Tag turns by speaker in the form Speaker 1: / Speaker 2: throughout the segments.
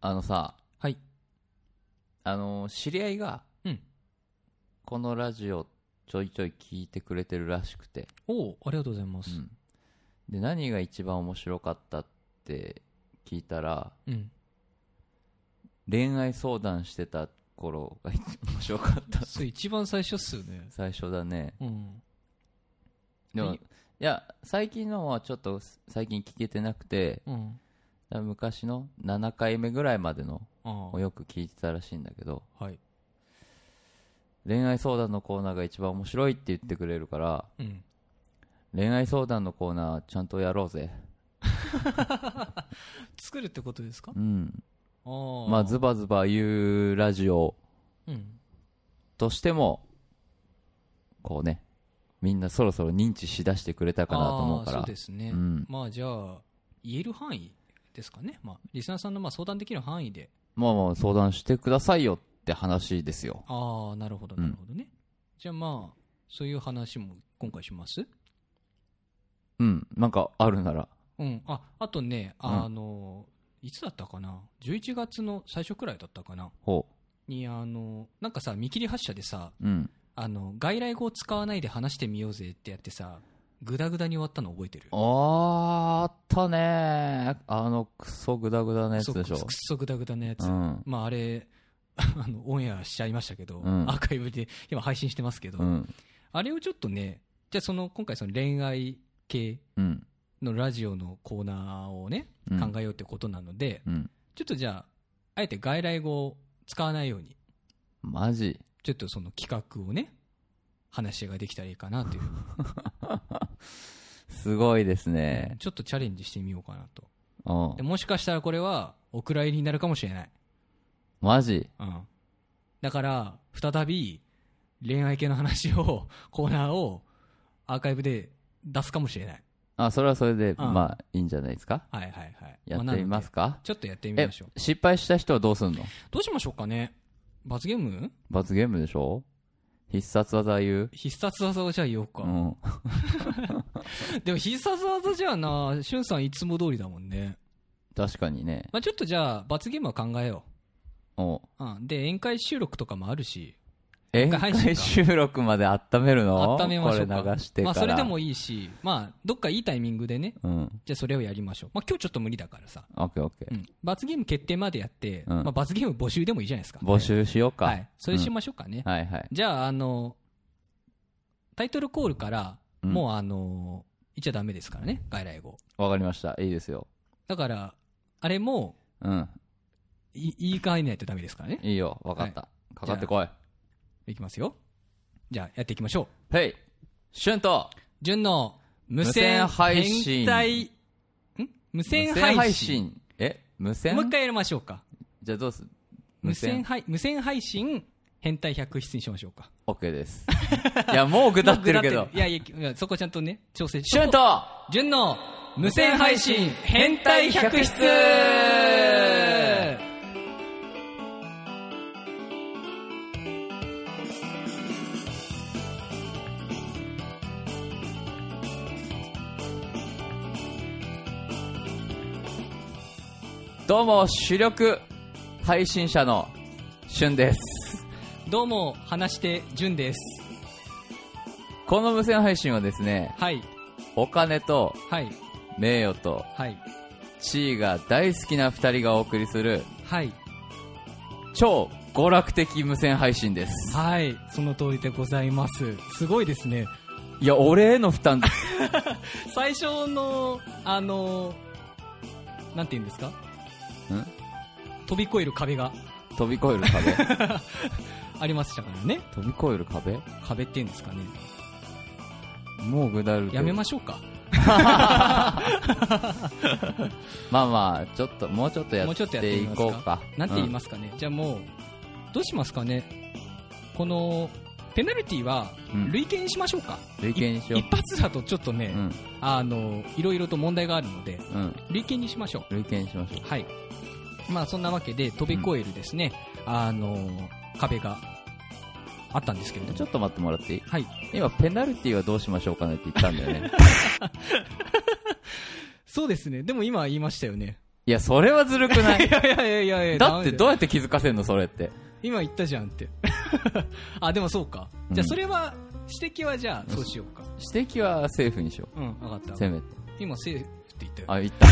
Speaker 1: あのさ、
Speaker 2: はい。
Speaker 1: あの、知り合いが、
Speaker 2: うん
Speaker 1: このラジオちょいちょい聞いてくれてるらしくて、
Speaker 2: おお、ありがとうございます。
Speaker 1: で、何が一番面白かったって聞いたら、
Speaker 2: うん。
Speaker 1: 恋愛相談してた頃が一番面白かった。
Speaker 2: それ一番最初っすよ ね。
Speaker 1: 最初だね。
Speaker 2: うん。
Speaker 1: でも、
Speaker 2: はい
Speaker 1: いや、最近のはちょっと最近聞けてなくて、
Speaker 2: うん。
Speaker 1: 昔の7回目ぐらいまでの
Speaker 2: あ
Speaker 1: をよく聞いてたらしいんだけど、
Speaker 2: あ。はい。
Speaker 1: 恋愛相談のコーナーが一番面白いって言ってくれるから、
Speaker 2: うん。
Speaker 1: 恋愛相談のコーナーちゃんとやろうぜ。
Speaker 2: 作るってことですか
Speaker 1: うん。
Speaker 2: ああ。
Speaker 1: まあ、ズバズバ言うラジオ
Speaker 2: うん。
Speaker 1: としても、こうね、みんなそろそろ認知しだしてくれたかなと思うか
Speaker 2: ああ
Speaker 1: ら
Speaker 2: そう。ですね。
Speaker 1: うん
Speaker 2: まあ、じゃあ、言える範囲ですかね。まあ、リスナーさんのまあ相談できる範囲で。
Speaker 1: まあまあ相談してくださいよって話ですよ。
Speaker 2: ああ、なるほど、
Speaker 1: うん
Speaker 2: なるほどね。じゃあまあ、そういう話も今回します
Speaker 1: うん。なんかあるなら。
Speaker 2: うん。あ、あとね、
Speaker 1: うん
Speaker 2: あの、いつだったかな ?11 月の最初くらいだったかな
Speaker 1: ほ
Speaker 2: に、あの、なんかさ、見切り発車でさ、
Speaker 1: う。うん。
Speaker 2: あの外来語を使わないで話してみようぜってやってさグダグダに終わったの覚えてる
Speaker 1: あー、あったねー。あの、クソグダグダなやつ
Speaker 2: そう
Speaker 1: でしょ
Speaker 2: く。っそグダグダなやつ、
Speaker 1: うん。
Speaker 2: まああれあのオンエアしちゃいましたけど、
Speaker 1: うん
Speaker 2: アーカイブで今配信してますけど、
Speaker 1: うん。
Speaker 2: あれをちょっとねじゃあその今回その恋愛系
Speaker 1: うん。
Speaker 2: のラジオのコーナーをね、
Speaker 1: うん
Speaker 2: 考えようってことなので
Speaker 1: うん。
Speaker 2: ちょっとじゃああえて外来語を使わないように
Speaker 1: マジ。
Speaker 2: ちょっとその企画をね話し合いができたらいいかなという、
Speaker 1: すごいですね。
Speaker 2: ちょっとチャレンジしてみようかなと
Speaker 1: うん
Speaker 2: で。もしかしたらこれはお蔵入りになるかもしれない、
Speaker 1: マジ。
Speaker 2: うん、だから再び恋愛系の話を コーナーをアーカイブで出すかもしれない
Speaker 1: あ、それはそれで、
Speaker 2: ん
Speaker 1: まあ、いいんじゃないですか。
Speaker 2: はいはいはい
Speaker 1: や
Speaker 2: あ
Speaker 1: っ
Speaker 2: なの
Speaker 1: て
Speaker 2: で
Speaker 1: みますか、
Speaker 2: ちょっとやってみ
Speaker 1: え
Speaker 2: ましょう、
Speaker 1: 失敗した人はどうすんの
Speaker 2: どうしましょうかね罰ゲーム
Speaker 1: 罰ゲームでしょ必殺技言う
Speaker 2: 必殺技をじゃあ言おうか、
Speaker 1: うん。
Speaker 2: でも必殺技じゃあなしゅんさんいつも通りだもんね、
Speaker 1: 確かにね。
Speaker 2: まあ、ちょっとじゃあ罰ゲームは考えよ
Speaker 1: お
Speaker 2: う、うん、で宴会収録とかもあるし
Speaker 1: 宴
Speaker 2: 回配信か
Speaker 1: 会収録まで温めるの
Speaker 2: 温めましょうか
Speaker 1: これ流してから。
Speaker 2: まあ、それでもいいし、まあ、どっかいいタイミングでね
Speaker 1: うん。
Speaker 2: じゃあそれをやりましょう。まあ今日ちょっと無理だからさ。
Speaker 1: オッケーオッケ
Speaker 2: う
Speaker 1: ー。
Speaker 2: ん、罰ゲーム決定までやって、
Speaker 1: うん
Speaker 2: まあ、罰ゲーム募集でもいいじゃないですか。
Speaker 1: 募集しようか。
Speaker 2: はい。それしましょうかね。
Speaker 1: はいはい。
Speaker 2: じゃあ、あの、タイトルコールから、
Speaker 1: うん
Speaker 2: もうあの、言っちゃダメですからね、外来語。
Speaker 1: わかりました。いいですよ。
Speaker 2: だから、あれも、
Speaker 1: うん。
Speaker 2: い言い換えないとダメですからね。
Speaker 1: いいよ。わかった。かかってこい。
Speaker 2: いきますよ。じゃあ、やっていきましょう。
Speaker 1: ヘイシュンと
Speaker 2: 純の無
Speaker 1: 線
Speaker 2: 線
Speaker 1: 配信
Speaker 2: 変態ん無線
Speaker 1: 無
Speaker 2: 配信
Speaker 1: 配信。え無線
Speaker 2: もう一回やりましょうか。
Speaker 1: じゃあどうす
Speaker 2: 無線配無線配信変態百出にしましょうか。
Speaker 1: オッケーです。いや、もう下ってるけ
Speaker 2: もう
Speaker 1: ど
Speaker 2: ぐ。だってるいやいやいや、そこちゃんとね、調整
Speaker 1: シュン
Speaker 2: と
Speaker 1: と
Speaker 2: 順の無線配信変態百出
Speaker 1: どうも、主力配信者のシュンです。
Speaker 2: どうも、話して順です。
Speaker 1: この無線配信はですね、
Speaker 2: はい、
Speaker 1: お金と
Speaker 2: はい、
Speaker 1: 名誉と
Speaker 2: はい、
Speaker 1: 地位が大好きな二人がお送りする
Speaker 2: はい、
Speaker 1: 超娯楽的無線配信です。
Speaker 2: はい、その通りでございます。すごいですね。
Speaker 1: いや、俺への負担、
Speaker 2: 最初の、あの、なんて言うんですか飛び越える壁が
Speaker 1: 飛び越える壁
Speaker 2: ありましたからね。
Speaker 1: 飛び越える壁
Speaker 2: 壁っていうんですかね。
Speaker 1: もうぐだる
Speaker 2: やめま
Speaker 1: し
Speaker 2: しょうか。
Speaker 1: まあまあ、ちょっと、もうちょっとや
Speaker 2: もうちょ
Speaker 1: っ
Speaker 2: っとやってて
Speaker 1: い
Speaker 2: みますか
Speaker 1: こうか。
Speaker 2: なんて言いますすかね、じゃあもう、どうしますかね、このペナルティは
Speaker 1: うん
Speaker 2: 累計にしましょうか、
Speaker 1: 累計にしよ
Speaker 2: 一発だとちょっとね、
Speaker 1: う。うん、
Speaker 2: あのいろいろと問題があるので、
Speaker 1: うん。
Speaker 2: 累計にしましょ
Speaker 1: 累計にしましょう
Speaker 2: う、はいまあ、そんなわけで、飛び越えるですね、あの壁があったんですけれど
Speaker 1: ちょ
Speaker 2: も、
Speaker 1: っと待ってもらっていい
Speaker 2: はい、
Speaker 1: 今、ペナルティはどうしましょうかねって言ったんだよね。
Speaker 2: そうですね、でも今言いましたよね、
Speaker 1: いや、それはずるく ない
Speaker 2: いやいやいやいやいや
Speaker 1: だってどう
Speaker 2: う
Speaker 1: やって気づかせんのそれって。
Speaker 2: 今言ったじゃんって あでもそうかじゃあそれは指摘はじゃあそうしようか
Speaker 1: 指摘はセーフにしよ
Speaker 2: うん分かった
Speaker 1: う。せめて。
Speaker 2: 今セーフって言ったよ
Speaker 1: あ、言った。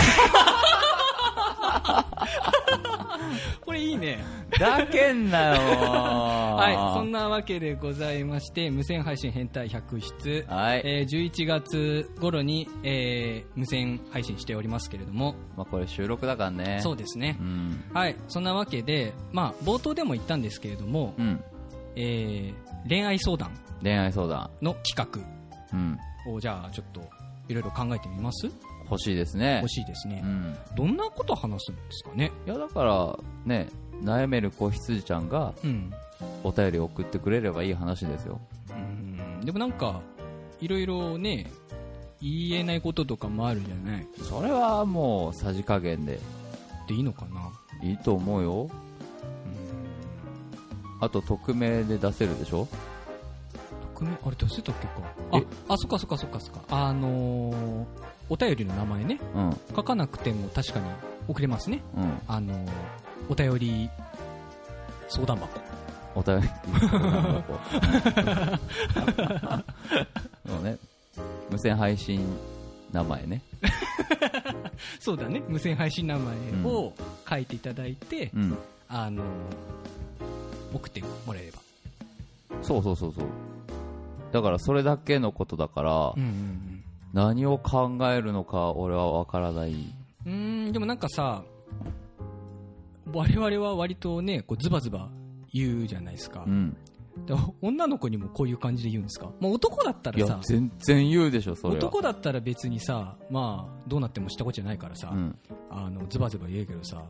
Speaker 2: これいいね
Speaker 1: だけんなよ は
Speaker 2: はいそんなわけでございまして無線配信変態百出
Speaker 1: はい。
Speaker 2: えー11月頃に、えー無線配信しておりますけれども、
Speaker 1: まあこれ収録だからね。
Speaker 2: そうですね
Speaker 1: う、ん。
Speaker 2: はいそんなわけで、まあ、冒頭でも言ったんですけれども、
Speaker 1: うん。
Speaker 2: えー恋愛相談
Speaker 1: 恋愛相談。
Speaker 2: の企
Speaker 1: うん。
Speaker 2: 画をじゃあちょっといろいろ考えてみます
Speaker 1: 欲しいですね
Speaker 2: 欲。しいですね
Speaker 1: う、ん。
Speaker 2: どんなこと話すんですかね
Speaker 1: いやだから、ね、悩める子羊ちゃんが
Speaker 2: うん
Speaker 1: お便り送ってくれればいい話ですよ。
Speaker 2: うんでもなんかいろいろね言えないこととかもあるじゃない
Speaker 1: それはもうさじ加減で
Speaker 2: でいいのかない
Speaker 1: いと思うよ。あと匿名で出せるでしょ
Speaker 2: 匿名あれ出せたっけか
Speaker 1: え
Speaker 2: ああそっかそっかそっかそっかあのーお便りの名前ね
Speaker 1: うん。うん。
Speaker 2: 書かなくても確かに送れますねあのーお便り相談箱
Speaker 1: お便り。 そうね。無線配信名前ね。
Speaker 2: そうだね無線配信名前を書いていただいて、
Speaker 1: うん。
Speaker 2: あのー送ってもらえれば
Speaker 1: そうそうそうそう。だからそれだけのことだから、何を考えるのか俺はわからない。
Speaker 2: うーんでもなんかさ我々は割とねこうズバズバ言うじゃないですか、
Speaker 1: うん。
Speaker 2: で女の子にもこういう感じで言うんですか、まあ、男だった
Speaker 1: い
Speaker 2: ら
Speaker 1: や
Speaker 2: さ、
Speaker 1: 全然言うでしょ、それは。
Speaker 2: 男だったら別にさ、まあ、どうなってもしたことじゃないからさ、
Speaker 1: うん。
Speaker 2: あのズバズバ言えるけどさ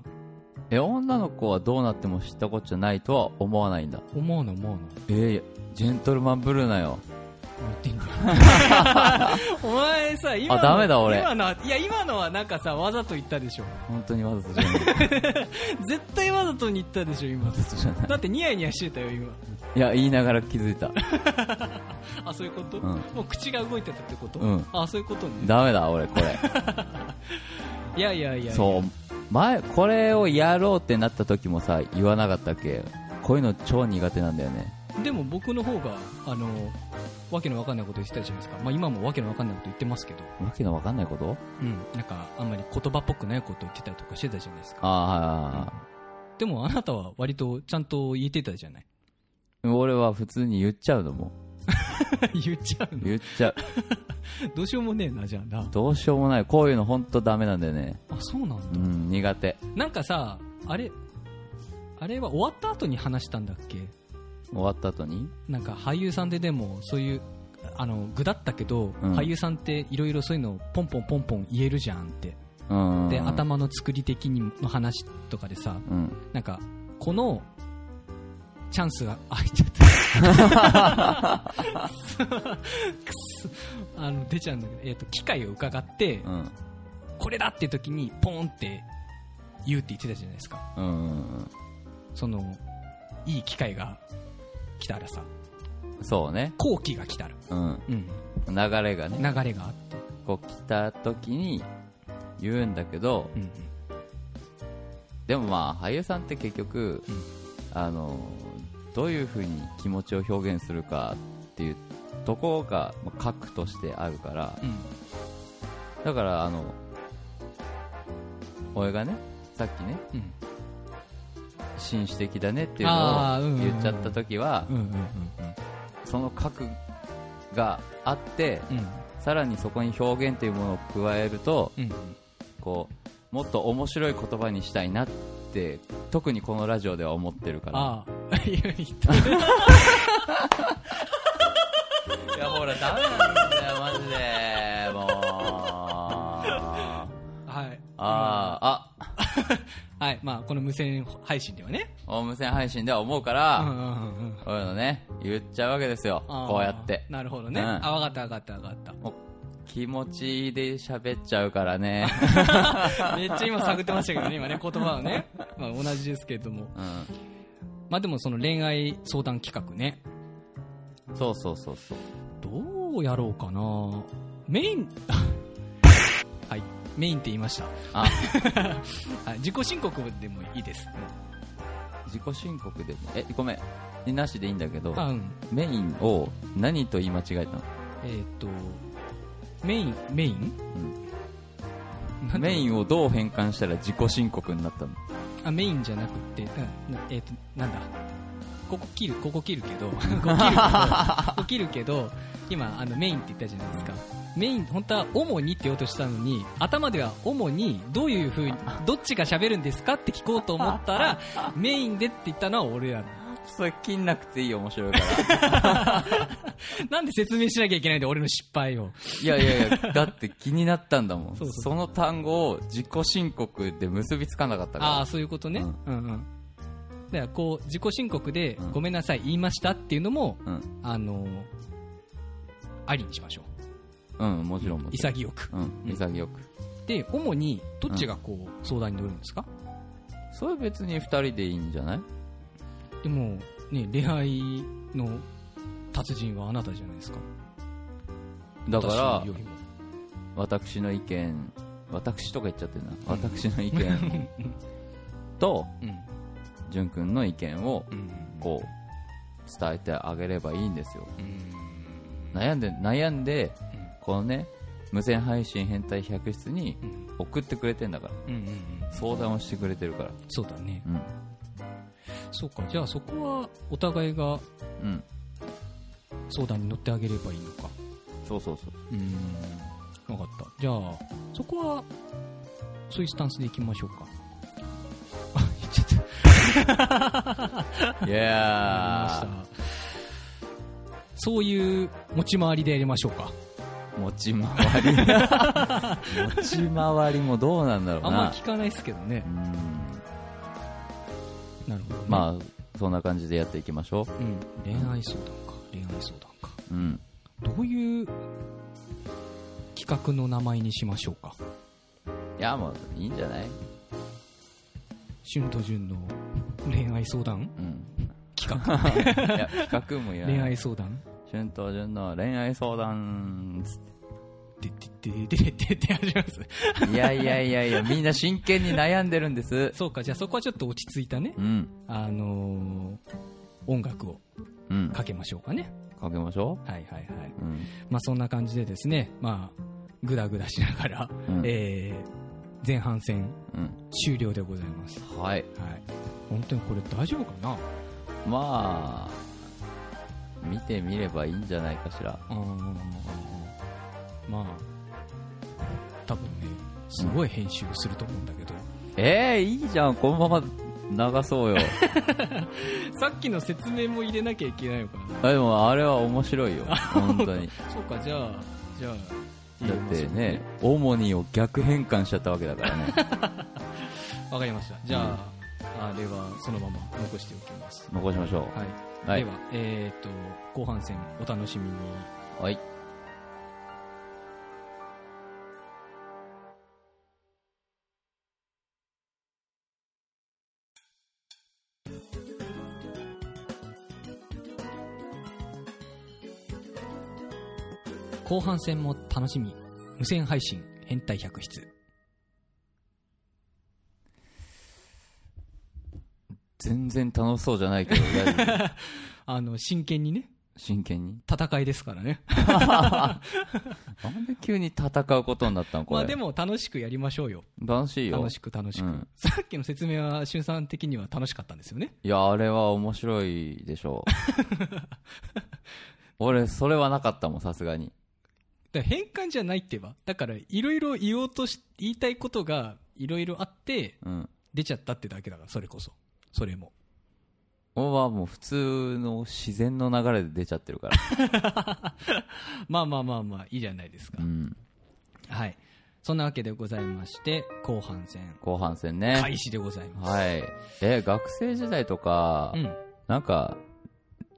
Speaker 1: え、女の子はどうなっても知ったことじゃないとは思わないんだ。
Speaker 2: 思うの思うの
Speaker 1: えー、ジェントルマンブルーなよ。
Speaker 2: 言って んじゃんお前さ今の
Speaker 1: あダメだ俺
Speaker 2: 今のはいや今のはなんかさわざと言ったでしょ
Speaker 1: 本当にわざとじゃない。
Speaker 2: 絶対わざとに言ったでしょ 今
Speaker 1: わざとじゃない。
Speaker 2: だってニヤニヤしてたよ今
Speaker 1: いや、言いながら気づいた。
Speaker 2: あそういうこと、
Speaker 1: うん
Speaker 2: もう口が動いてたってこと、
Speaker 1: うん
Speaker 2: あそういうことね
Speaker 1: ダメだ、俺、これ。
Speaker 2: いやいやいや
Speaker 1: そう前これをやろうってなった時もさ言わなかったっけこういうの超苦手なんだよね
Speaker 2: でも僕の方があのわけのわかんないこと言ってたじゃないですか、まあ、今もわけのわかんないこと言ってますけど、
Speaker 1: わけのわかんないこと
Speaker 2: うん、なんかあんまり言葉っぽくないこと言ってたりとかしてたじゃないですか
Speaker 1: ああ
Speaker 2: でもあなたは割とちゃんと言えてたじゃない
Speaker 1: 俺は普通に言っちゃうのも
Speaker 2: 言っちゃうの
Speaker 1: 言っちゃう
Speaker 2: どうしようもねえなじゃあな
Speaker 1: どうしようもないこういうの本当ダメなんだよね
Speaker 2: あそうなん
Speaker 1: う
Speaker 2: だ、
Speaker 1: ん苦手
Speaker 2: なんかさあれあれは終わった後に話したんだっけ
Speaker 1: 終わった後に
Speaker 2: なんか俳優さんででもそういうあの具だったけど、
Speaker 1: うん
Speaker 2: 俳優さんっていろいろそういうのをポンポンポンポン言えるじゃんって、
Speaker 1: うん
Speaker 2: で頭の作り的にの話とかでさ
Speaker 1: うん
Speaker 2: なんかこのチャンスがあ開いちゃったくそあの出ちゃうんだけど、えー、と機会を伺って、
Speaker 1: うん
Speaker 2: これだって時にポーンって言うって言ってたじゃないですか
Speaker 1: うんうん
Speaker 2: そのいい機会が来たらさ
Speaker 1: そうね
Speaker 2: 好機が来たら、
Speaker 1: うん
Speaker 2: うん、
Speaker 1: 流れがね
Speaker 2: 流れがあって
Speaker 1: こう来た時に言うんだけど
Speaker 2: うん
Speaker 1: でもまあ俳優さんって結局、
Speaker 2: うん
Speaker 1: あのどういうふうに気持ちを表現するかっていうところがまあ核としてあるから
Speaker 2: うん
Speaker 1: だからあの俺がねさっきね
Speaker 2: うん
Speaker 1: 紳士的だねっていうの
Speaker 2: あーうん
Speaker 1: を
Speaker 2: うんうん
Speaker 1: 言っちゃった時は
Speaker 2: うんうん
Speaker 1: その核があって
Speaker 2: うんうん
Speaker 1: さらにそこに表現というものを加えると
Speaker 2: うん
Speaker 1: こうもっと面白い言葉にしたいなって特にこのラジオでは思ってるから
Speaker 2: ああいや言った
Speaker 1: いやほらダメなんだよマジでもうあ
Speaker 2: はい
Speaker 1: ああ
Speaker 2: はいまあこの無線配信ではね
Speaker 1: ホーム線配信では思うか
Speaker 2: うんう
Speaker 1: ら、
Speaker 2: んうんうん
Speaker 1: こういうのね言っちゃうわけですよ
Speaker 2: あー
Speaker 1: こうやって
Speaker 2: なるほどね、
Speaker 1: うん
Speaker 2: あ分かった分かった分かっ
Speaker 1: もう気持ちで喋っちゃうから ね、
Speaker 2: ためっちゃ今探ってましたけどね今ね言葉 をね、まあ、同じですけれども
Speaker 1: う
Speaker 2: まあでもその恋愛相談企画ね
Speaker 1: ん、そうそうそうそう
Speaker 2: どうやろうかなメイン はいメインって言いました
Speaker 1: あ
Speaker 2: はい自己申告でもいいです
Speaker 1: 自己申告でもえごめんなしでいいんだけど
Speaker 2: あうん
Speaker 1: メインを何と言い間違えたの
Speaker 2: えーっとメインメイン、なんていうの
Speaker 1: メインをどう変換したら自己申告になったの
Speaker 2: あメインじゃなくて、うんなえっ、となんだここ切るここ切るけ どここ切るけどここ切るけど今あのメインって言ったじゃないですかメイン本当は主にって言おうとしたのに頭では主にどういうふ うにどっちが喋るんですかって聞こうと思ったらメインでって言ったのは俺ら
Speaker 1: それ切んなくていいよ面白いから
Speaker 2: なんで説明しなきゃいけないんだよ俺の失敗を
Speaker 1: いやいやいやだって気になったんだもん
Speaker 2: そうそう
Speaker 1: の単語を自己申告で結びつかなかったから
Speaker 2: ああーそういうことね、
Speaker 1: う
Speaker 2: うんん、うんだからこう自己申告で
Speaker 1: うん
Speaker 2: ごめんなさい言いましたっていうのも、
Speaker 1: うん
Speaker 2: あのありにしましょ
Speaker 1: うんもちろん
Speaker 2: う
Speaker 1: もちろん
Speaker 2: 潔く
Speaker 1: 潔うん潔く
Speaker 2: で主にどっちがこう相談に乗るんですか、
Speaker 1: それ別に2人でいいんじゃない
Speaker 2: でもね恋愛の達人はあなたじゃないですか
Speaker 1: だから
Speaker 2: 私よりも
Speaker 1: 私の意見私とか言っちゃってるな、私の意 見と
Speaker 2: うん
Speaker 1: 潤くんの意見を
Speaker 2: うん
Speaker 1: こう伝えてあげればいいんですよ
Speaker 2: うん
Speaker 1: 悩んで悩んで
Speaker 2: うん
Speaker 1: このね無線配信変態百室に
Speaker 2: うん
Speaker 1: 送ってくれてんだから
Speaker 2: うんうん
Speaker 1: 相談をしてくれてるから
Speaker 2: そうだね
Speaker 1: うん
Speaker 2: そうかじゃあそこはお互いが
Speaker 1: うん
Speaker 2: 相談に乗ってあげればいいのか
Speaker 1: そうそうそう
Speaker 2: うん分かったじゃあそこはそういうスタンスでいきましょうか あ言っちゃっ
Speaker 1: い
Speaker 2: た あり
Speaker 1: や
Speaker 2: ましたそういう持ち回りでやりましょうか
Speaker 1: ー持ち回り 持ち回りもどうなんだろう
Speaker 2: あんま
Speaker 1: な
Speaker 2: 聞かないですけどね
Speaker 1: うん
Speaker 2: なるほど、ね、
Speaker 1: まあそんな感じでやっていきましょ
Speaker 2: うん、恋愛相談か恋愛相談か
Speaker 1: ううん
Speaker 2: どういう企画の名前にしましょうか
Speaker 1: いやもういいんじゃない
Speaker 2: 旬と順の恋愛相談
Speaker 1: うん
Speaker 2: 企画
Speaker 1: い や企画もいら
Speaker 2: 恋
Speaker 1: ない
Speaker 2: 愛相談
Speaker 1: 春と潤の恋愛相談
Speaker 2: でででででって始まります
Speaker 1: いやいやいやいやみんな真剣に悩んでるんです
Speaker 2: そうかじゃあそこはちょっと落ち着いたね
Speaker 1: うん
Speaker 2: あのー音楽を
Speaker 1: うん
Speaker 2: かけましょうかね
Speaker 1: かけましょ
Speaker 2: はいはいはい
Speaker 1: う
Speaker 2: う
Speaker 1: ん
Speaker 2: まあそんな感じでですねまあグダグダしながら、
Speaker 1: うん
Speaker 2: えー前半戦
Speaker 1: うん
Speaker 2: 終了でございます
Speaker 1: はい
Speaker 2: はい本当にこれ大丈夫かな
Speaker 1: まあ見てみればいいんじゃないかしら
Speaker 2: あーまあ多分ねすごい編集をすると思うんだけど、
Speaker 1: えー、いいじゃんこのまま流そうよ
Speaker 2: さっきの説明も入れなきゃいけないのか
Speaker 1: あでもあれは面白いよ本当に
Speaker 2: な そうかじゃあじゃあ
Speaker 1: だってねオモニーを逆変換しちゃったわけだから ね
Speaker 2: わかりましたじゃあ、あれはそのまま残しておきます
Speaker 1: 残しましょ
Speaker 2: はい、
Speaker 1: うはい
Speaker 2: ではえっ、と後半戦お楽しみに
Speaker 1: はい
Speaker 2: 後半戦も楽しみ無線配信変態百室
Speaker 1: 全然楽しそうじゃないけ ど大丈夫
Speaker 2: あの真剣にね
Speaker 1: 真剣に
Speaker 2: 戦いですからね
Speaker 1: なんで急に戦うことになったのこ
Speaker 2: ま
Speaker 1: れ、
Speaker 2: あでも楽しくやりましょうよ
Speaker 1: 楽しいよ
Speaker 2: 楽しく楽しく、
Speaker 1: うん
Speaker 2: さっきの説明は俊さん的には楽しかったんですよね
Speaker 1: いやあれは面白いでし ょう俺それはなかったもんさすがに
Speaker 2: だから変換じゃないってばだからいろいろ言おうとし言いたいことがいろいろあって
Speaker 1: うん
Speaker 2: 出ちゃったってだけだからそれこそそれも
Speaker 1: 俺はもう普通の自然の流れで出ちゃってるから
Speaker 2: まあまあまあまあいいじゃないですか、
Speaker 1: うん
Speaker 2: はいそんなわけでございまして後半戦
Speaker 1: 後半戦ね
Speaker 2: 開始でございます
Speaker 1: はいえ学生時代とか、
Speaker 2: うん
Speaker 1: なんか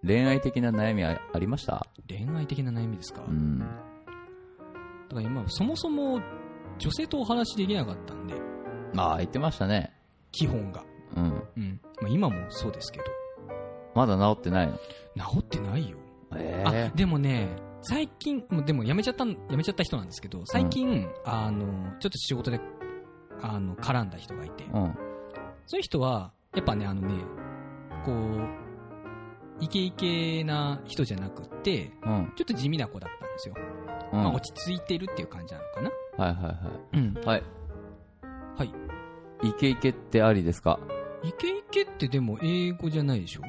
Speaker 1: 恋愛的な悩みあありました
Speaker 2: 恋愛的な悩みですか、
Speaker 1: うん
Speaker 2: だから今そもそも女性とお話しできなかったんで
Speaker 1: まあ言ってましたね
Speaker 2: 基本が、
Speaker 1: うん
Speaker 2: うんまあ、今もそうですけど
Speaker 1: まだ治ってないの
Speaker 2: 治ってないよ、
Speaker 1: え
Speaker 2: あでもね最近、もうでも辞めちゃったん、辞めちゃった人なんですけど、最近、あの、ちょっと仕事で、あの、絡んだ人がいて、
Speaker 1: うん。
Speaker 2: そういう人は、やっぱね、あのね、こう、イケイケな人じゃなくて、
Speaker 1: うん。
Speaker 2: ちょっと地味な子だったんですよ。
Speaker 1: うん。
Speaker 2: まあ、
Speaker 1: はい
Speaker 2: 落ち着いてるっていう感じなのかな。
Speaker 1: はいは
Speaker 2: うん。
Speaker 1: い。はい。
Speaker 2: はい。
Speaker 1: イケイケってありですか
Speaker 2: イケイケってでも英語じゃないでしょ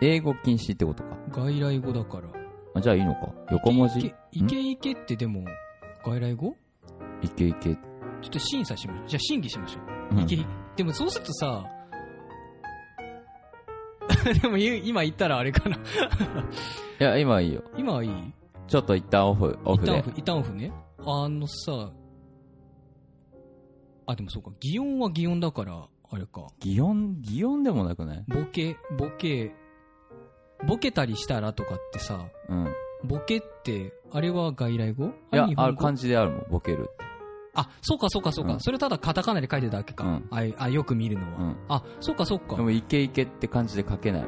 Speaker 1: 英語禁止ってことか。
Speaker 2: 外来語だから。
Speaker 1: あじゃあいいのか。横文字
Speaker 2: イケイケイケイケってでも、外来語
Speaker 1: イケイケ。
Speaker 2: ちょっと審査しましょう。じゃあ審議しましょ
Speaker 1: うん
Speaker 2: う。イケイでもそうするとさ、 でも言う今言ったらあれかな。
Speaker 1: いや、今はいいよ。
Speaker 2: 今はいい
Speaker 1: ちょっと一旦オフ、オフ
Speaker 2: 一旦オ
Speaker 1: で
Speaker 2: フ。、一旦オフね。あのさ、あ、でもそうか、擬音は擬音だから、あれか、
Speaker 1: 擬音、擬音でもなくない
Speaker 2: ボケ、ボケ、ボケたりしたらとかってさ、
Speaker 1: うん。
Speaker 2: ボケって、あれは外来語
Speaker 1: いや、ある
Speaker 2: る
Speaker 1: 漢字であるもん、ボケるって。
Speaker 2: あ、そうかそうかそうか、
Speaker 1: うん
Speaker 2: それただカタカナで書いてるだけか、
Speaker 1: うん
Speaker 2: あいあ、よく見るのは。
Speaker 1: うん
Speaker 2: あ、そうかそうか
Speaker 1: で。も、イケイケって漢字で書けない。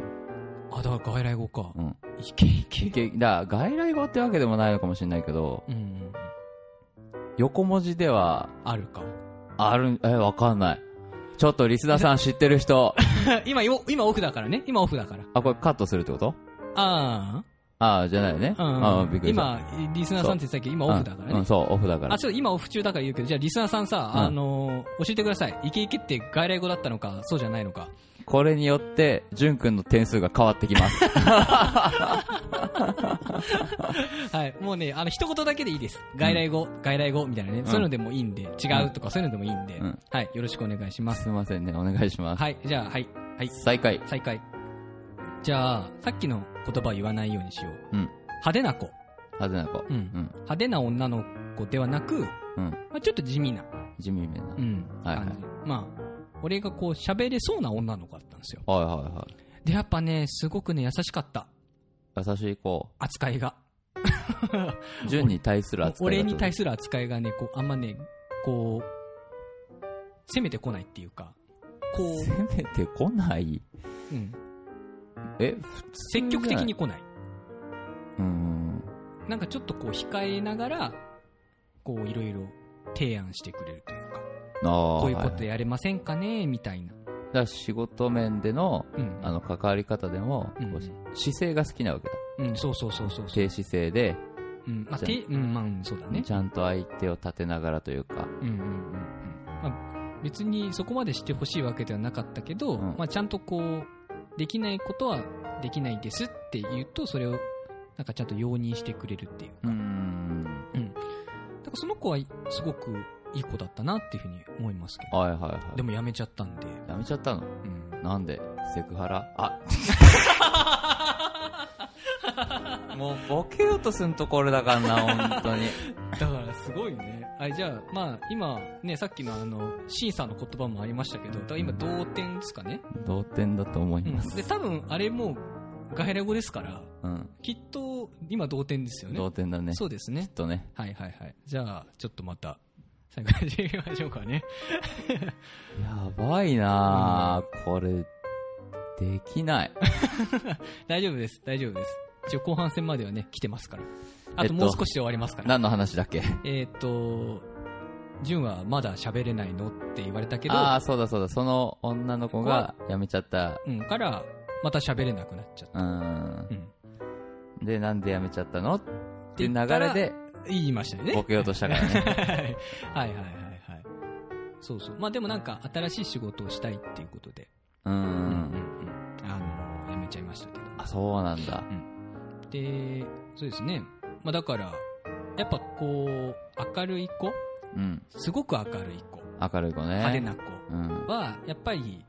Speaker 2: あ、だから外来語か。
Speaker 1: うん。
Speaker 2: いけいけ。
Speaker 1: イケだから外来語ってわけでもないのかもしれないけど、
Speaker 2: うんうん、
Speaker 1: 横文字では、
Speaker 2: あるか。
Speaker 1: ある、え、わかんない。ちょっとリスナーさん知ってる 人、
Speaker 2: 今よ、今オフだからね。今オフだから。
Speaker 1: あ、これカットするってこと
Speaker 2: あ
Speaker 1: ああ、じゃないね。
Speaker 2: あ、うん
Speaker 1: ああ、びっくりした。
Speaker 2: 今、リスナーさんって言ってたけど、今オフだから
Speaker 1: うんう
Speaker 2: ね
Speaker 1: ん、。そう、オフだから
Speaker 2: あ、。ちょっと今オフ中だから言うけど、じゃあリスナーさんさ、
Speaker 1: うん
Speaker 2: あのー教えてください。イケイケって外来語だったのか、そうじゃないのか。
Speaker 1: これによって、ジュン君の点数が変わってきます。
Speaker 2: はい。もうね、あの、一言だけでいいです。外来語、外来語みたいなね、そういうのでもいいんで、違うとかそういうのでもいいんで、
Speaker 1: うん
Speaker 2: はい。よろしくお願いし ます。
Speaker 1: すいませんね、お願いします。
Speaker 2: はい。じゃあ、はい。はい。
Speaker 1: 再開。
Speaker 2: 再開。じゃあ、さっきの言葉を言わないようにしよ
Speaker 1: う
Speaker 2: う。
Speaker 1: ん
Speaker 2: 派手な子。
Speaker 1: はずな子。
Speaker 2: う
Speaker 1: う
Speaker 2: ん
Speaker 1: ん。
Speaker 2: 派手な女の子ではなく、
Speaker 1: うん
Speaker 2: まあ、ちょっと地味な、
Speaker 1: 地味めな。はい
Speaker 2: うん
Speaker 1: はいはい
Speaker 2: 感じ。まあ、俺がこう喋れそうな女の子だったんですよ。
Speaker 1: は
Speaker 2: で、やっぱね、すごくね、優しかった。
Speaker 1: いはい。優しい子。
Speaker 2: 扱いが。
Speaker 1: ジュンに対する扱い
Speaker 2: 俺に対
Speaker 1: す
Speaker 2: する扱いがね、こう、あんまね、こう、攻めてこないっていうか、こ
Speaker 1: せめてこない。
Speaker 2: う、うん、
Speaker 1: え、
Speaker 2: 積極的に来ない。
Speaker 1: うーん。
Speaker 2: なんかちょっとこう、控えながら、こう、いろいろ提案してくれるというか、
Speaker 1: ああ。
Speaker 2: こういうこ
Speaker 1: は
Speaker 2: と
Speaker 1: だか
Speaker 2: やれませんかね、みたいな。
Speaker 1: ら仕事面での、
Speaker 2: うん。
Speaker 1: あの、関わり方でも、
Speaker 2: うん
Speaker 1: こう姿勢が好きなわけだ。
Speaker 2: うん、そうそうそうそうそう。
Speaker 1: 低姿勢で、
Speaker 2: うん、まあ、て、うん、まあうん、そうだね
Speaker 1: ち。ゃんと相手を立てながらというか、
Speaker 2: うんうんうんうん。まあ、別にそこまでしてほしいわけではなかったけど、
Speaker 1: ん
Speaker 2: まあ、ちゃんとこう、できないことはできないですって言うと、それを、なんかちゃんと容認してくれるっていう。
Speaker 1: うーん。
Speaker 2: だからその子は、すごくいい子だったなっていうふうに思いますけど。
Speaker 1: はいはいはい。
Speaker 2: でも辞めちゃったんで、
Speaker 1: やめちゃったの
Speaker 2: うん。
Speaker 1: なんでセクハラあ もうボケようとすんとこれだからな、本当に。
Speaker 2: だからすごいね。あじゃあ、まあ、今、ね、さっきのあの、審査の言葉もありましたけど、だから今、同点ですかね。
Speaker 1: 同点だと思います。
Speaker 2: で、多分、あれもう、外来語ですから、
Speaker 1: うん。
Speaker 2: きっと、今同点ですよね。
Speaker 1: 同点だね。
Speaker 2: そうです
Speaker 1: き
Speaker 2: ね
Speaker 1: っ。とね。
Speaker 2: はいはいはい。じゃあ、ちょっとまた、最後始めましょうかね。
Speaker 1: やばいなぁ、これ、できない。
Speaker 2: 大丈夫です、大丈夫です。一応後半戦まではね、来てますから。あ
Speaker 1: えっと
Speaker 2: ともう少しで終わりますから。
Speaker 1: 何の話だっけ
Speaker 2: えーっと、ジュンはまだ喋れないのって言われたけど、
Speaker 1: ああ、そうだそうだ。その女の子が辞めちゃった。
Speaker 2: うん、から、また喋れなくなっちゃっ
Speaker 1: うーん
Speaker 2: た。。うん。
Speaker 1: で、なんで辞めちゃったのっていう流れで
Speaker 2: 言いましたよね。
Speaker 1: ボケようとしたからね。
Speaker 2: はいはいはいはいはい。そうそう。まあでもなんか新しい仕事をしたいっていうことで、
Speaker 1: うー。
Speaker 2: うんうん。あの、辞めちゃいましたけど。
Speaker 1: あ、そうなんだ。
Speaker 2: で、そうですね。まあだから、やっぱこう、明るい子
Speaker 1: うん。
Speaker 2: すごく明るい子。
Speaker 1: 明るい子ね。
Speaker 2: 派手な
Speaker 1: うん
Speaker 2: 子。は、やっぱり、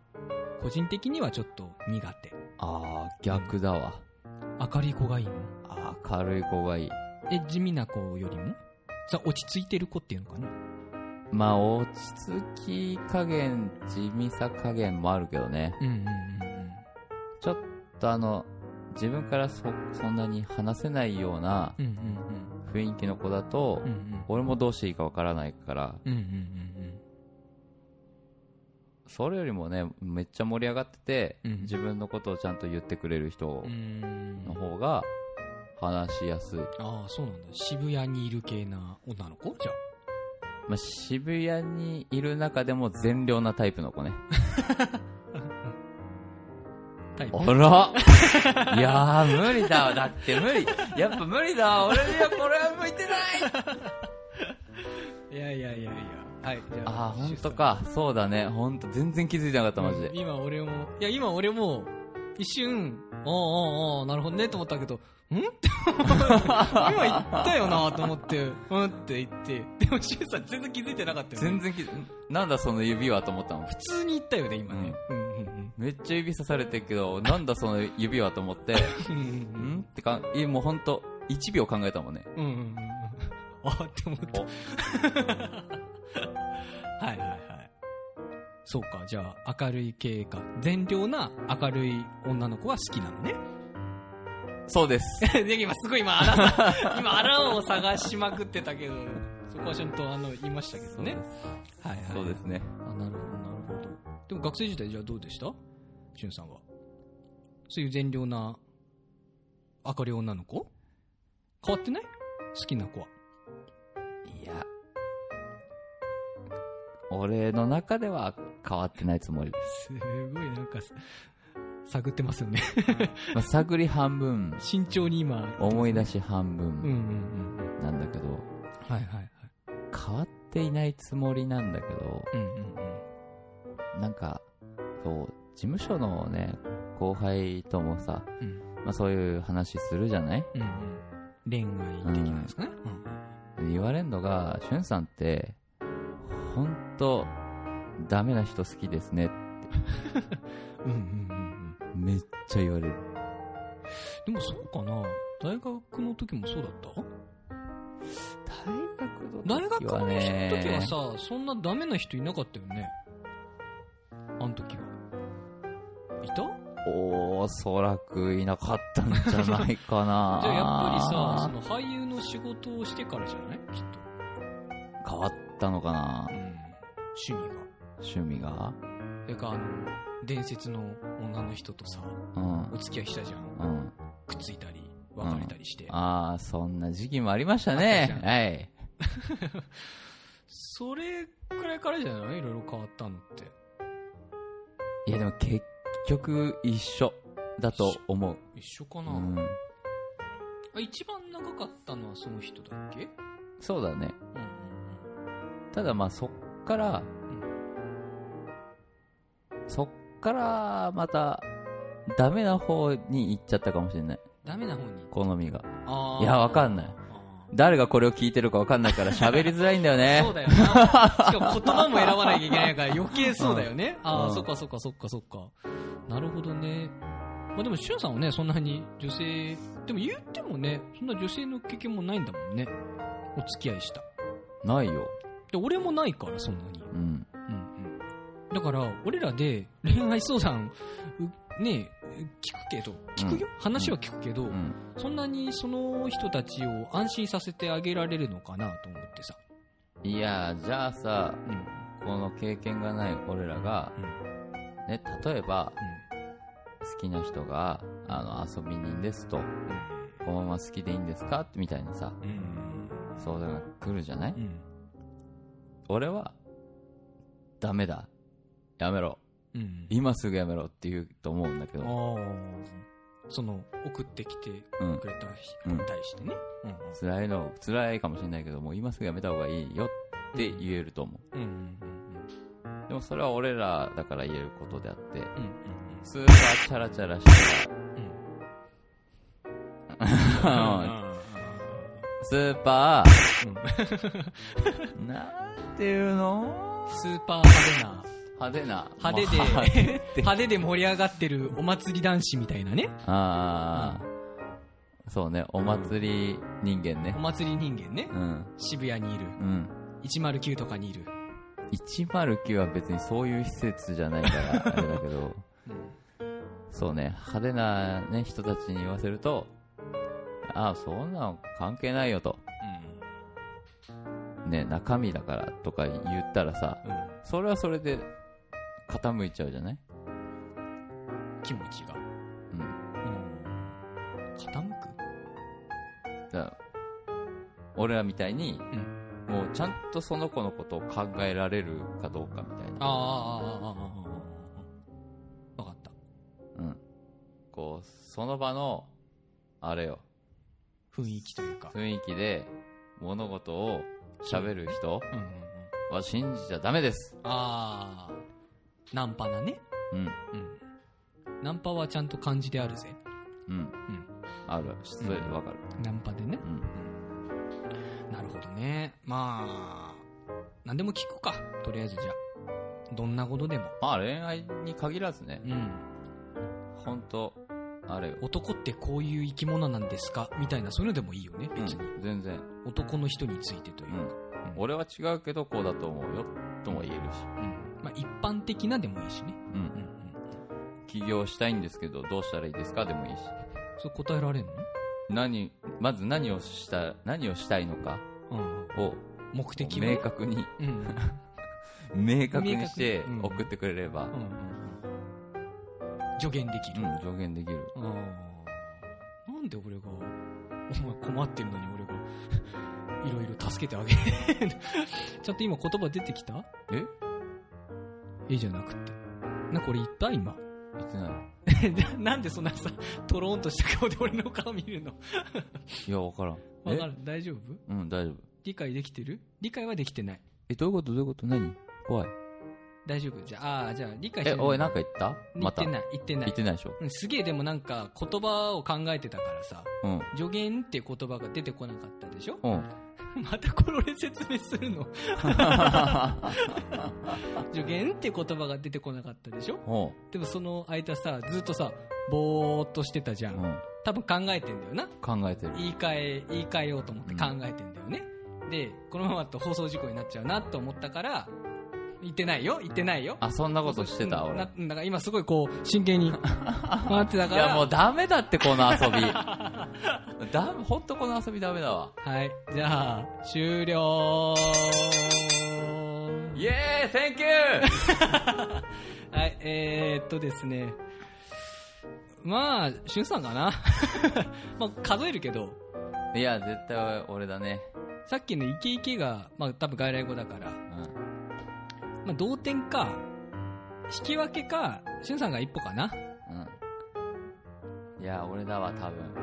Speaker 2: 個人的にはちょっと苦手。
Speaker 1: ああ、逆だわ。
Speaker 2: 明るい子がいいの
Speaker 1: あー明るい子がいい。
Speaker 2: え、地味な子よりもさ、落ち着いてる子っていうのかな
Speaker 1: まあ、落ち着き加減、地味さ加減もあるけどね。
Speaker 2: うんうんうん
Speaker 1: ちょっとあの、自分からそ、そんなに話せないような
Speaker 2: うん。うんうん
Speaker 1: 雰囲気の子だと、
Speaker 2: うん。うんうん。
Speaker 1: 俺もどうしていいかわからないから、
Speaker 2: うんうんうん
Speaker 1: それよりもね、めっちゃ盛り上がってて、
Speaker 2: うん
Speaker 1: 自分のことをちゃんと言ってくれる人
Speaker 2: うん。うーん
Speaker 1: の方が、話しやすい。
Speaker 2: ああ、そうなんだ。渋谷にいる系な女の子じゃあ
Speaker 1: まあ、渋谷にいる中でも善良なタイプの子ね。
Speaker 2: タイプ。
Speaker 1: あら いやー、無理だわ。だって無理。やっぱ無理だわ。俺にはこれは向いてない。
Speaker 2: いやいやいやいや。はい、じゃあ。
Speaker 1: あー、ほんとか。そうだね。ほんと、全然気づいてなかった、
Speaker 2: 出産。
Speaker 1: マジで
Speaker 2: うん。今俺も、いや、今俺も、一瞬、ああ、ああ、なるほどね、と思ったけど、んって 今言ったよな、と思って、うんって言って。でも、シュウさん全然気づいてなかったよね。
Speaker 1: 全然気づ、なんだその指はと思ったの。
Speaker 2: 普通に言ったよね、今ね。うんうんうん
Speaker 1: めっちゃ指さされてるけど、なんだその指はと思って、
Speaker 2: うんうん
Speaker 1: んってか、いもうほんと、1秒考えたもんね。
Speaker 2: うんうんうんうん。あって思った。 はいはいはい。そうか、じゃあ明るい系か。善良な明るい女の子は好きなのね。
Speaker 1: そうです。
Speaker 2: で、今すごい今、アラさ、 今、アラを探しまくってたけど、そこはちゃんとあの、言いましたけどね。はいはい。
Speaker 1: そうですね。
Speaker 2: あ。なるほど、なるほど。でも学生時代じゃあどうでしたしゅんさんは。そういう善良な、明るい女の子変わってない好きな子は。
Speaker 1: いや。俺の中では変わってないつもりです
Speaker 2: ごいなんかさ、探ってますよね。
Speaker 1: す。まあ、探り半分、
Speaker 2: 慎重に今。
Speaker 1: 思い出し半
Speaker 2: うんうん
Speaker 1: 分
Speaker 2: うん。
Speaker 1: なんだけど、
Speaker 2: はいはいはい。
Speaker 1: 変わっていないつもりなんだけど、
Speaker 2: うんうんうん。
Speaker 1: なんか、そう、事務所のね、後輩ともさ、
Speaker 2: うん
Speaker 1: まあそういう話するじゃない
Speaker 2: うんうん。恋愛的なんですかね。
Speaker 1: 言われんのが、しゅんさんって、ほんと、ダメな人好きですね。
Speaker 2: うん。うんうんうんうん。
Speaker 1: めっちゃ言われる。
Speaker 2: でもそうかな大学の時もそうだった
Speaker 1: 大
Speaker 2: 大
Speaker 1: 学の
Speaker 2: 学
Speaker 1: 時は
Speaker 2: の
Speaker 1: ね
Speaker 2: 時はさ、そんなダメな人いなかったよね。あの時は。いた
Speaker 1: おそらくいなかったんじゃないかな。
Speaker 2: じゃあやっぱりさ、その俳優の仕事をしてからじゃないきっと。
Speaker 1: 変わったのかな
Speaker 2: うん。趣味が。
Speaker 1: 趣味が。
Speaker 2: てかあの伝説の女の人とさ
Speaker 1: うん。
Speaker 2: お付き合いしたじゃ
Speaker 1: う
Speaker 2: ん
Speaker 1: ん。
Speaker 2: くっついたり別れたりして、
Speaker 1: ああ、そんな時期もありました
Speaker 2: あった
Speaker 1: ね。
Speaker 2: じ
Speaker 1: はい。
Speaker 2: それくらいからじゃないいろいろ変わったのって
Speaker 1: いやでも結局一緒だと思う。
Speaker 2: 一緒か
Speaker 1: う
Speaker 2: な、
Speaker 1: ん。
Speaker 2: あ一番長かったのはその人だっけうん
Speaker 1: そうだね。
Speaker 2: うん
Speaker 1: ただまあそっから、そっからまた、ダメな方に行っちゃったかもしれない。
Speaker 2: ダメな方に
Speaker 1: 好みが。
Speaker 2: あ
Speaker 1: いや、わかんない。誰がこれを聞いてるかわかんないから喋りづらいんだよ
Speaker 2: い
Speaker 1: ね。
Speaker 2: そうだ よな。しかも言葉も選ばなきゃいけないから余計そうだよね。あ
Speaker 1: う
Speaker 2: あ、
Speaker 1: ん
Speaker 2: そっかそっかそっかそっか。なるほどね。まあでも、しゅんさんはね、そんなに女性、でも言ってもね、そんな女性の経験もないんだもんね。お付き合いした。
Speaker 1: ないよ。
Speaker 2: で、俺もないから、そんなに。
Speaker 1: うん。
Speaker 2: うんうん。だから、俺らで恋愛相談、うねえ、聞くけど、聞くよ、話は聞くけど、
Speaker 1: うん。
Speaker 2: そんなにその人たちを安心させてあげられるのかなと思ってさ。
Speaker 1: いやー、じゃあさ、
Speaker 2: うん。うん。
Speaker 1: この経験がない俺らが、ね、例えば、好きな人が、あの、遊び人ですと、このまま好きでいいんですかみたいなさ、
Speaker 2: うん。
Speaker 1: 相談が来るじゃない
Speaker 2: うん。
Speaker 1: 俺は、ダメだ。やめろ。
Speaker 2: うん。
Speaker 1: 今すぐやめろって言うと思うんだけ
Speaker 2: あ
Speaker 1: ど、
Speaker 2: あ。その、送ってきて
Speaker 1: うん
Speaker 2: く。れた人に対してね。う
Speaker 1: 辛いの、辛いかもしれないけど、もう今すぐやめた方がいいよって言えると思
Speaker 2: ん。うん。うん。
Speaker 1: う。でもそれは俺らだから言えることであって、
Speaker 2: うん。
Speaker 1: スーパーチャラチャラして、
Speaker 2: うん。
Speaker 1: うんスーパ
Speaker 2: うん。
Speaker 1: ー、なんていうの
Speaker 2: スーパー派手な。
Speaker 1: 派手な。
Speaker 2: 派手で
Speaker 1: まあ派手って
Speaker 2: 派手で盛り上がってるお祭り男子みたいなね。
Speaker 1: ああ、そうね、お祭り人間ね
Speaker 2: お。祭り人間ね
Speaker 1: う。ん。
Speaker 2: 渋谷にいる。
Speaker 1: うん。
Speaker 2: 109とかにいる。
Speaker 1: 109は別にそういう施設じゃないから、 あれだけど、そうね、派手なね、人たちに言わせると、ああ、そんなの関係ないよと。ね、中身だからとか言ったらさ、
Speaker 2: うん。うん。
Speaker 1: それはそれで傾いちゃうじゃない
Speaker 2: 気持ちが。
Speaker 1: うん。
Speaker 2: 傾く
Speaker 1: だ俺らみたいに、もうちゃんとその子のことを考えられるかどうかみたいな、
Speaker 2: ああ、ああ、ああ、ああ。わかった。
Speaker 1: うん、こうその場のあれよ
Speaker 2: 雰囲気というか。
Speaker 1: 雰囲気で物事を喋る人
Speaker 2: うんうんうん。
Speaker 1: は信じちゃダメです、
Speaker 2: ああ、ナンパなね。
Speaker 1: うん
Speaker 2: うん。ナンパはちゃんと漢字であるぜ。
Speaker 1: うん
Speaker 2: うん。
Speaker 1: ある失礼わかる、
Speaker 2: ナンパでね。
Speaker 1: うん
Speaker 2: なるほどね。まあ、何でも聞くか。とりあえずじゃあ。どんなことでも。
Speaker 1: まあ恋愛に限らずね
Speaker 2: うん。
Speaker 1: 本当あれよ、
Speaker 2: 男ってこういう生き物なんですかみたいな、そういうのでもいいよね、別に。
Speaker 1: うん全然、
Speaker 2: 男の人についてという
Speaker 1: う
Speaker 2: か。
Speaker 1: ん、
Speaker 2: うん
Speaker 1: 俺は違うけどこうだと思うよとも言えるし、
Speaker 2: うんまあ、一般的なでもいいしね。
Speaker 1: う
Speaker 2: うん
Speaker 1: ん、起業したいんですけどどうしたらいいですかでもいいし
Speaker 2: それ答えられんの
Speaker 1: 何まず何をした何をしたいのか
Speaker 2: うん。
Speaker 1: を
Speaker 2: 目的を。
Speaker 1: 明確に
Speaker 2: うん。うん
Speaker 1: 明確にして
Speaker 2: 明確にうん
Speaker 1: 送ってくれれば、
Speaker 2: うんうん。助言でき
Speaker 1: う
Speaker 2: る。
Speaker 1: ん、助言できる
Speaker 2: あーなんで俺が、お前困ってるのに俺が、いろいろ助けてあげる。 ちゃんと今言葉出てきた
Speaker 1: え
Speaker 2: えじゃなくって。なんか俺言った今。
Speaker 1: 言ってない
Speaker 2: な なんでそんなさ、トローンとした顔で俺の顔見るの
Speaker 1: いや分からん
Speaker 2: わかる大丈夫
Speaker 1: えうん大丈夫
Speaker 2: 理解できてる理解はできてない。
Speaker 1: えどういうことどういうこと何怖い
Speaker 2: 大丈夫じゃあ、あーじゃあ理解し
Speaker 1: え
Speaker 2: て
Speaker 1: おいなんか言った
Speaker 2: 言
Speaker 1: ま
Speaker 2: ったて
Speaker 1: 言
Speaker 2: ない、言ってない。
Speaker 1: ってないでしょ
Speaker 2: うんすげえでもなんか言葉を考えてたからさ、
Speaker 1: うん
Speaker 2: 助言っていう言葉が出てこなかったでしょ
Speaker 1: うん
Speaker 2: またこれ俺説明するの。 助言って言葉が出てこなかったでしょ
Speaker 1: おう
Speaker 2: でもその間さ、ずっとさ、ぼーっとしてたじゃ。
Speaker 1: うんん
Speaker 2: 多分考えてんだよな。
Speaker 1: 考えてる
Speaker 2: 言い換え、言い換えようと思って考えてんだよね。で、このままだと放送事故になっちゃうなと思ったから、言ってないよ言ってないよ
Speaker 1: あそんなことしてた
Speaker 2: うん
Speaker 1: 俺
Speaker 2: なうんだから今すごいこう、真 剣に、回ってた
Speaker 1: い
Speaker 2: から。
Speaker 1: やもうダメだってこの遊びだ本当この遊びダメだわ
Speaker 2: はい、じゃあ、終了
Speaker 1: イエーイセンキュ
Speaker 2: はい、えー、っとですね。まあ、しゅんさんかな まあ、数えるけど、
Speaker 1: ーいや絶対俺だね
Speaker 2: さっきのイケイケが、まあ、多分外来語だから、
Speaker 1: うん
Speaker 2: まあ、同点か、引き分けか、しゅんさんが一歩かな
Speaker 1: うんいや俺だわ多分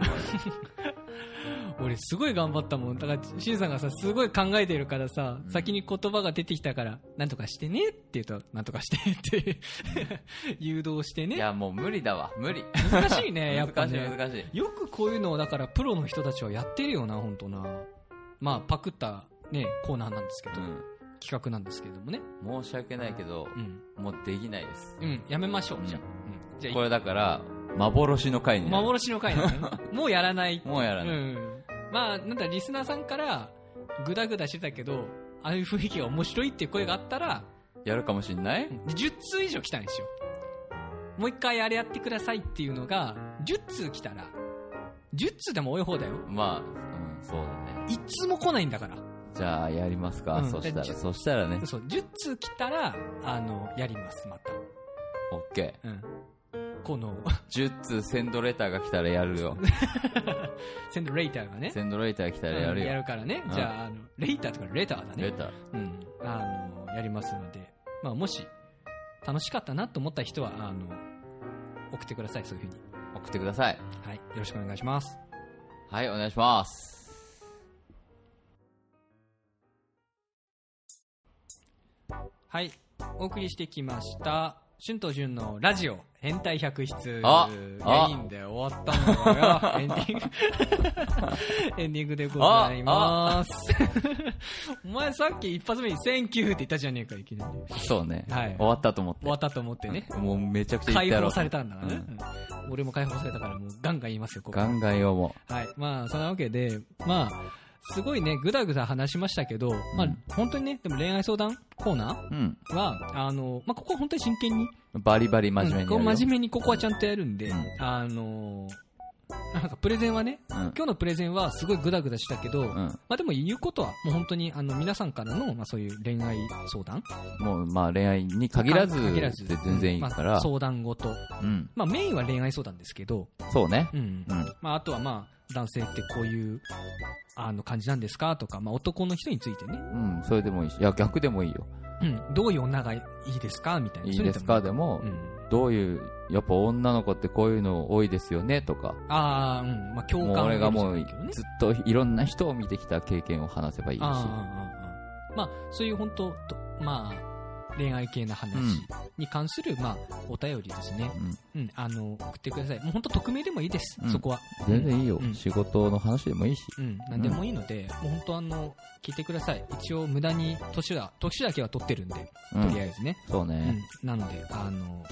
Speaker 2: 俺すごい頑張ったもん。だから、しゅんさんがさ、すごい考えてるからさ、
Speaker 1: うん
Speaker 2: 先に言葉が出てきたから、なんとかしてねって言うと、なんとかしてって 誘導して
Speaker 1: い
Speaker 2: ね。
Speaker 1: やもう無理だわ無理
Speaker 2: 難しいね、やっぱ
Speaker 1: 難しい
Speaker 2: ね。
Speaker 1: 難しい
Speaker 2: よくこういうのをだからプロの人たちはやってるよな本当なまあパクったねコーナーなんですけど、企画なんですけれどもね
Speaker 1: うん申し訳ないけど
Speaker 2: うん、
Speaker 1: もうできないです
Speaker 2: うん、やめましょう、
Speaker 1: うん
Speaker 2: じゃあ、うんじゃあ
Speaker 1: これだから幻の回になる
Speaker 2: 幻の回なのねもうやらない
Speaker 1: もうやらない
Speaker 2: うん、まあなんだリスナーさんからグダグダしてたけどああいう雰囲気が面白いっていう声があったら
Speaker 1: やるかもしんない
Speaker 2: 10通以上来たんですよもう一回あれやってくださいっていうのが10通来たら10通でも多い方だよ
Speaker 1: まあうんそうだね
Speaker 2: 1通も来ないんだから
Speaker 1: じゃあやりますか
Speaker 2: うん
Speaker 1: そしたら
Speaker 2: じゃあ
Speaker 1: そしたらね
Speaker 2: そう、10通来たら、あの、やります、また。
Speaker 1: OK10
Speaker 2: うん。この、
Speaker 1: 通センドレターが来たらやるよ
Speaker 2: センドレイターがね。
Speaker 1: センドレターが来たらやる
Speaker 2: うんや
Speaker 1: よ
Speaker 2: るからね
Speaker 1: う。ん
Speaker 2: じゃあ、あの、レイターとかレターだ
Speaker 1: レ
Speaker 2: ね。
Speaker 1: ター
Speaker 2: うん。あの、やりますので、まあ、もし、楽しかったなと思った人は、あの、送ってください、そういうふうに。
Speaker 1: 送ってください
Speaker 2: はい。よろしくお願いします。
Speaker 1: はいお願いします
Speaker 2: はい。お送りしてきました。春と潤のラジオ、変態百出。
Speaker 1: ああ
Speaker 2: いいんだよ、終わった のよ。エンディング。エンディングで ございます。 お前さっき一発目にセンキューって言ったじゃねえか、いきなり。
Speaker 1: そうね
Speaker 2: はい
Speaker 1: 終わったと思って
Speaker 2: 終わったと思ってね。
Speaker 1: もうめちゃくちゃ言っ
Speaker 2: 解
Speaker 1: たやろ
Speaker 2: 放
Speaker 1: う
Speaker 2: されたんだからね
Speaker 1: う。
Speaker 2: うん俺も解放されたから、もうガンガン言いますよ、ここ
Speaker 1: ガ。ンガン読も
Speaker 2: はい。まあ、そんなわけで、まあ、すごいね、ぐだぐだ話しましたけど、ま
Speaker 1: うん
Speaker 2: あ、本当にね、でも恋愛相談コーナ
Speaker 1: ううん
Speaker 2: ーは、あの、まあ、ここは本当に真剣に
Speaker 1: バリバリ真面目にやるよ、
Speaker 2: うんこう真面目にここはちゃんとやるんで、
Speaker 1: うん
Speaker 2: あのーなんかプレゼンはね、
Speaker 1: うん
Speaker 2: 今日のプレゼンはすごいグダグダしたけど、ま
Speaker 1: うん
Speaker 2: あでも言うことは、もう本当にあの皆さんからの、まあそういう恋愛相談
Speaker 1: もうまあ恋愛に限らずで全然いいか
Speaker 2: ま
Speaker 1: ら
Speaker 2: あ、、相談ごと。
Speaker 1: うん、
Speaker 2: まあメインは恋愛相談ですけど、
Speaker 1: そうね。
Speaker 2: うん。
Speaker 1: うん、
Speaker 2: まああとはまあ、男性ってこういうあの感じなんですかとか、まあ、男の人についてね、
Speaker 1: うん、それでもいいし、いや、逆でもいいよ。
Speaker 2: うん、どういう女がいいですかみたいな。
Speaker 1: いいですか
Speaker 2: そ
Speaker 1: で
Speaker 2: れ
Speaker 1: も、
Speaker 2: もいい、うん、
Speaker 1: どういう、やっぱ女の子ってこういうの多いですよねとか、
Speaker 2: ああ、うん、まあ、
Speaker 1: も
Speaker 2: 共
Speaker 1: う
Speaker 2: 感
Speaker 1: 俺がも
Speaker 2: は
Speaker 1: う
Speaker 2: 得るじゃないけど
Speaker 1: ず
Speaker 2: ね
Speaker 1: っといろんな人を見てきた経験を話せばいいし、
Speaker 2: ああああああまあ、そういう本当と、まあ、恋愛系の話
Speaker 1: うん
Speaker 2: に関する、まあ、お便りですね。
Speaker 1: うん、
Speaker 2: うん、あの、送ってください。もう本当匿名でもいいです、
Speaker 1: うん
Speaker 2: そこは。
Speaker 1: 全然いいよ、
Speaker 2: うん
Speaker 1: 仕事の話でもいいし、
Speaker 2: うん、なんでもいいので、もう本当あの、聞いてください。一応無駄に年は、年だけは取ってるんで、
Speaker 1: う
Speaker 2: とり
Speaker 1: ん、
Speaker 2: あえずね。
Speaker 1: そう
Speaker 2: うん、
Speaker 1: ね、
Speaker 2: なので、あの、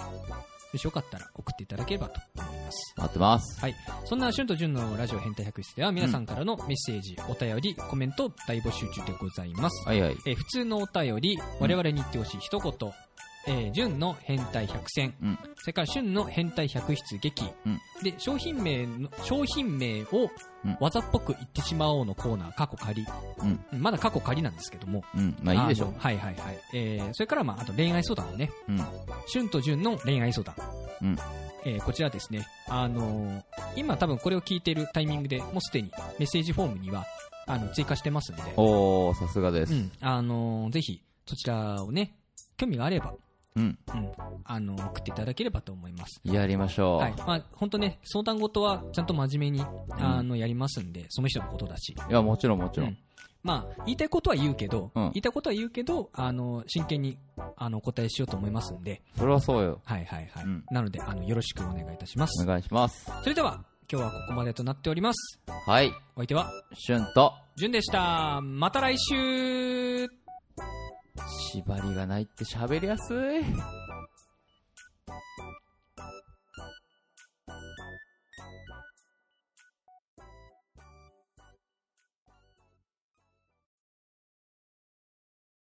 Speaker 2: もしよかったら送っていただければと思います。
Speaker 1: 待ってます。
Speaker 2: はい。そんな、シュンとジュンのラジオ変態百室では、皆さんからのメッセージ、お便り、コメント、大募集中でございます。
Speaker 1: はいはい。
Speaker 2: えー普通のお便り、我々に言ってほしい一言、えー、純の変態百選、
Speaker 1: うん
Speaker 2: それから旬の変態百出劇、
Speaker 1: うん
Speaker 2: で、商品名の、商品名を
Speaker 1: うん
Speaker 2: 技っぽく言ってしまおうのコーナー、過去仮。
Speaker 1: うん
Speaker 2: うんまだ過去仮なんですけども。
Speaker 1: うん、まあいいでしょ
Speaker 2: のはいはいはい。えー、それからまあ、あと恋愛相談をね、
Speaker 1: う。うん、
Speaker 2: 旬と純の恋愛相談。
Speaker 1: うん
Speaker 2: えーこちらですね、あのー今多分これを聞いてるタイミングでもうすでにメッセージフォームにはあの追加してますんで、
Speaker 1: おー、さすがです
Speaker 2: う。んあのーぜひそちらをね、興味があれば、
Speaker 1: うん、
Speaker 2: うんあのー送っていただければと思います。
Speaker 1: やりましょう。
Speaker 2: はい
Speaker 1: い、
Speaker 2: まあ、本当ね、相談事はちゃんと真面目に、あのやりますんで、その人のことだし、
Speaker 1: や、もちろんもちろ
Speaker 2: うん
Speaker 1: ん。
Speaker 2: まあ、言いたいことは言うけど、
Speaker 1: うん
Speaker 2: 言いたいことは言うけど、あの真剣にあのお答えしようと思いますんで、
Speaker 1: それはそうよ。
Speaker 2: はいはいはい。
Speaker 1: うん
Speaker 2: なので、あの、よろしくお願いいたします
Speaker 1: お。願いします。
Speaker 2: それでは、今日はここまでとなっております。
Speaker 1: はい、
Speaker 2: お相手は、
Speaker 1: シュンと、
Speaker 2: じゅんでした。また来週
Speaker 1: 縛りがないって喋りやすい。